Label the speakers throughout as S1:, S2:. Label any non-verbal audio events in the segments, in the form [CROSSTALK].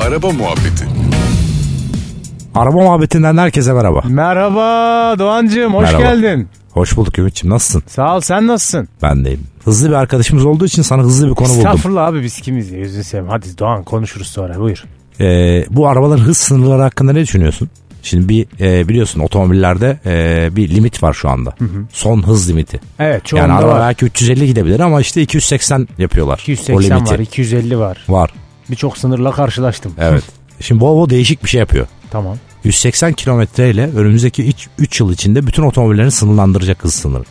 S1: Araba muhabbeti.
S2: Araba muhabbetinden herkese merhaba.
S3: Merhaba Doğancığım hoş
S2: Merhaba.
S3: geldin.
S2: Hoş bulduk Ümit'ciğim nasılsın?
S3: Sağ ol sen nasılsın?
S2: Ben deyim. Hızlı bir arkadaşımız olduğu için sana hızlı bir konu buldum.
S3: Estağfurullah abi biz kimiz ya yüzünü seveyim. Hadi Doğan konuşuruz sonra buyur.
S2: Ee, bu arabaların hız sınırları hakkında ne düşünüyorsun? Şimdi bir e, biliyorsun otomobillerde e, bir limit var şu anda. Son hız limiti.
S3: Evet
S2: yani
S3: çoğunda
S2: araba
S3: var.
S2: belki 350 gidebilir ama işte 280 yapıyorlar. o
S3: 280
S2: limiti.
S3: var 250 var.
S2: Var.
S3: Birçok sınırla karşılaştım.
S2: Evet. Şimdi Volvo değişik bir şey yapıyor.
S3: [LAUGHS] Tamam.
S2: 180 kilometreyle önümüzdeki 3 yıl içinde bütün otomobillerin sınırlandıracak hız sınırı.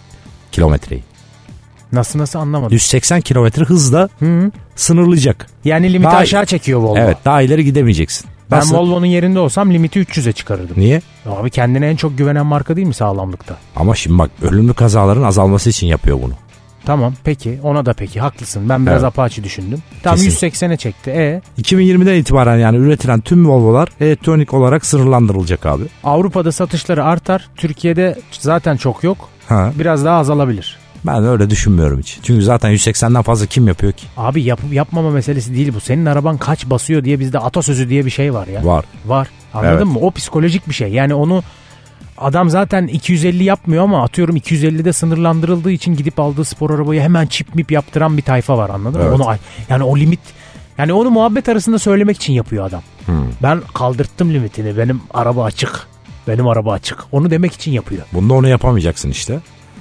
S2: Kilometreyi.
S3: Nasıl nasıl anlamadım.
S2: 180 kilometre hızla
S3: Hı.
S2: sınırlayacak.
S3: Yani limiti
S2: Daha-
S3: aşağı çekiyor Volvo.
S2: Evet daha ileri gidemeyeceksin.
S3: Ben
S2: Nasıl?
S3: Volvo'nun yerinde olsam limiti 300'e çıkarırdım.
S2: Niye?
S3: Abi kendine en çok güvenen marka değil mi sağlamlıkta?
S2: Ama şimdi bak ölümlü kazaların azalması için yapıyor bunu.
S3: Tamam peki ona da peki haklısın. Ben biraz
S2: Evet.
S3: apaçı düşündüm. Tam
S2: Kesin.
S3: 180'e çekti. E
S2: 2020'den itibaren yani üretilen tüm Volvo'lar elektronik olarak sınırlandırılacak abi.
S3: Avrupa'da satışları artar. Türkiye'de zaten çok yok.
S2: Ha,
S3: Biraz daha azalabilir.
S2: ben öyle düşünmüyorum hiç. Çünkü zaten 180'den fazla kim yapıyor ki?
S3: Abi yapıp yapmama meselesi değil bu. Senin araban kaç basıyor diye bizde atasözü diye bir şey var ya.
S2: Var.
S3: Var. Anladın
S2: Evet.
S3: mı? O psikolojik bir şey. Yani onu adam zaten 250 yapmıyor ama atıyorum 250'de sınırlandırıldığı için gidip aldığı spor arabayı hemen çip mip yaptıran bir tayfa var anladın
S2: Evet.
S3: mı? Onu yani o limit yani onu muhabbet arasında söylemek için yapıyor adam. Ben kaldırttım limitini. Benim araba açık. Benim araba açık. Onu demek için yapıyor.
S2: Bunda onu yapamayacaksın işte.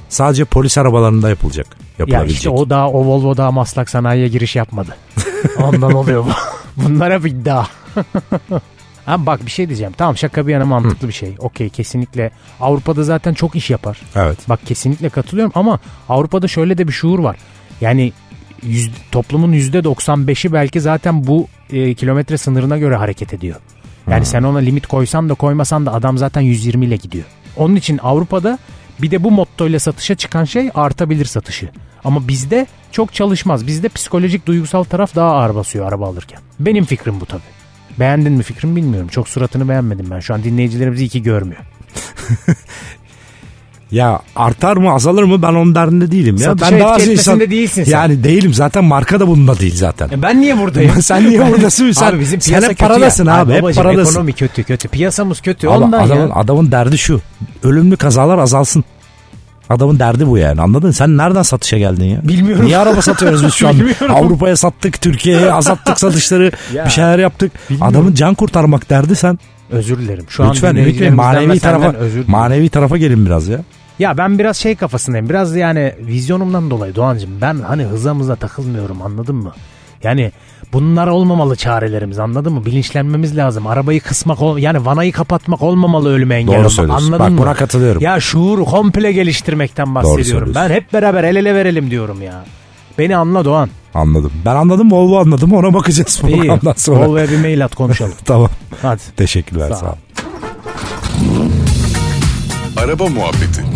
S2: Sadece polis arabalarında yapılacak.
S3: Ya
S2: Yapılabilecek.
S3: işte o daha o Volvo daha maslak sanayiye giriş yapmadı. [LAUGHS] Ondan [LAUGHS] oluyor bu. Bunlar hep iddia. [LAUGHS] Ha bak bir şey diyeceğim. Tamam şaka bir yana mantıklı bir şey. Okey kesinlikle. Avrupa'da zaten çok iş yapar.
S2: Evet.
S3: Bak kesinlikle katılıyorum ama Avrupa'da şöyle de bir şuur var. Yani yüz- toplumun %95'i belki zaten bu e, kilometre sınırına göre hareket ediyor. Yani sen ona limit koysan da koymasan da adam zaten 120 ile gidiyor. Onun için Avrupa'da bir de bu mottoyla satışa çıkan şey artabilir satışı. Ama bizde çok çalışmaz. Bizde psikolojik duygusal taraf daha ağır basıyor araba alırken. Benim fikrim bu tabii. Beğendin mi fikrimi bilmiyorum. Çok suratını beğenmedim ben. Şu an dinleyicilerimiz iyi ki görmüyor.
S2: Ya artar mı azalır mı ben onun derdinde değilim ya.
S3: Satışa
S2: ben
S3: etki
S2: az
S3: etmesinde değilsin sen.
S2: Yani değilim zaten marka da bununla değil zaten.
S3: E ben niye
S2: [LAUGHS]
S3: buradayım?
S2: Sen niye
S3: Ben-
S2: buradasın? Sen-
S3: abi bizim
S2: sen
S3: piyasa
S2: hep
S3: kötü
S2: paradasın
S3: ya.
S2: abi,
S3: Ay
S2: hep
S3: babacığım,
S2: paradasın.
S3: Ekonomi kötü kötü. Piyasamız kötü.
S2: Abi
S3: Ondan
S2: adamın,
S3: ya.
S2: adamın derdi şu. Ölümlü kazalar azalsın. Adamın derdi bu yani anladın? Sen nereden satışa geldin ya?
S3: Bilmiyorum.
S2: Niye araba satıyoruz biz
S3: [LAUGHS]
S2: şu an?
S3: Bilmiyorum.
S2: Avrupa'ya sattık, Türkiye'ye azalttık satışları,
S3: [LAUGHS] Ya.
S2: bir şeyler yaptık.
S3: Bilmiyorum.
S2: Adamın can kurtarmak derdi sen.
S3: Özür dilerim. Şu an
S2: lütfen Ümit Bey
S3: dinleyicilerimizden ve
S2: manevi
S3: senden
S2: tarafa,
S3: özür dilerim.
S2: manevi tarafa gelin biraz ya.
S3: Ya ben biraz şey kafasındayım. Biraz yani vizyonumdan dolayı Doğancığım ben hani hızamıza takılmıyorum anladın mı? Yani bunlar olmamalı çarelerimiz anladın mı? Bilinçlenmemiz lazım. Arabayı kısmak ol- yani vanayı kapatmak olmamalı ölüme engel
S2: Doğru
S3: olmak.
S2: söylüyorsun.
S3: Anladın
S2: Bak,
S3: mı?
S2: buna katılıyorum.
S3: Ya şuuru komple geliştirmekten bahsediyorum.
S2: söylüyorsun.
S3: Ben hep beraber el ele verelim diyorum ya. Beni anla Doğan.
S2: Anladım. Ben anladım Volvo anladım ona bakacağız
S3: İyi.
S2: programdan sonra.
S3: Volvo'ya bir mail at konuşalım.
S2: [LAUGHS] Tamam.
S3: Hadi.
S2: Teşekkürler
S3: Sağ ol.
S2: sağ ol.
S1: Araba muhabbeti.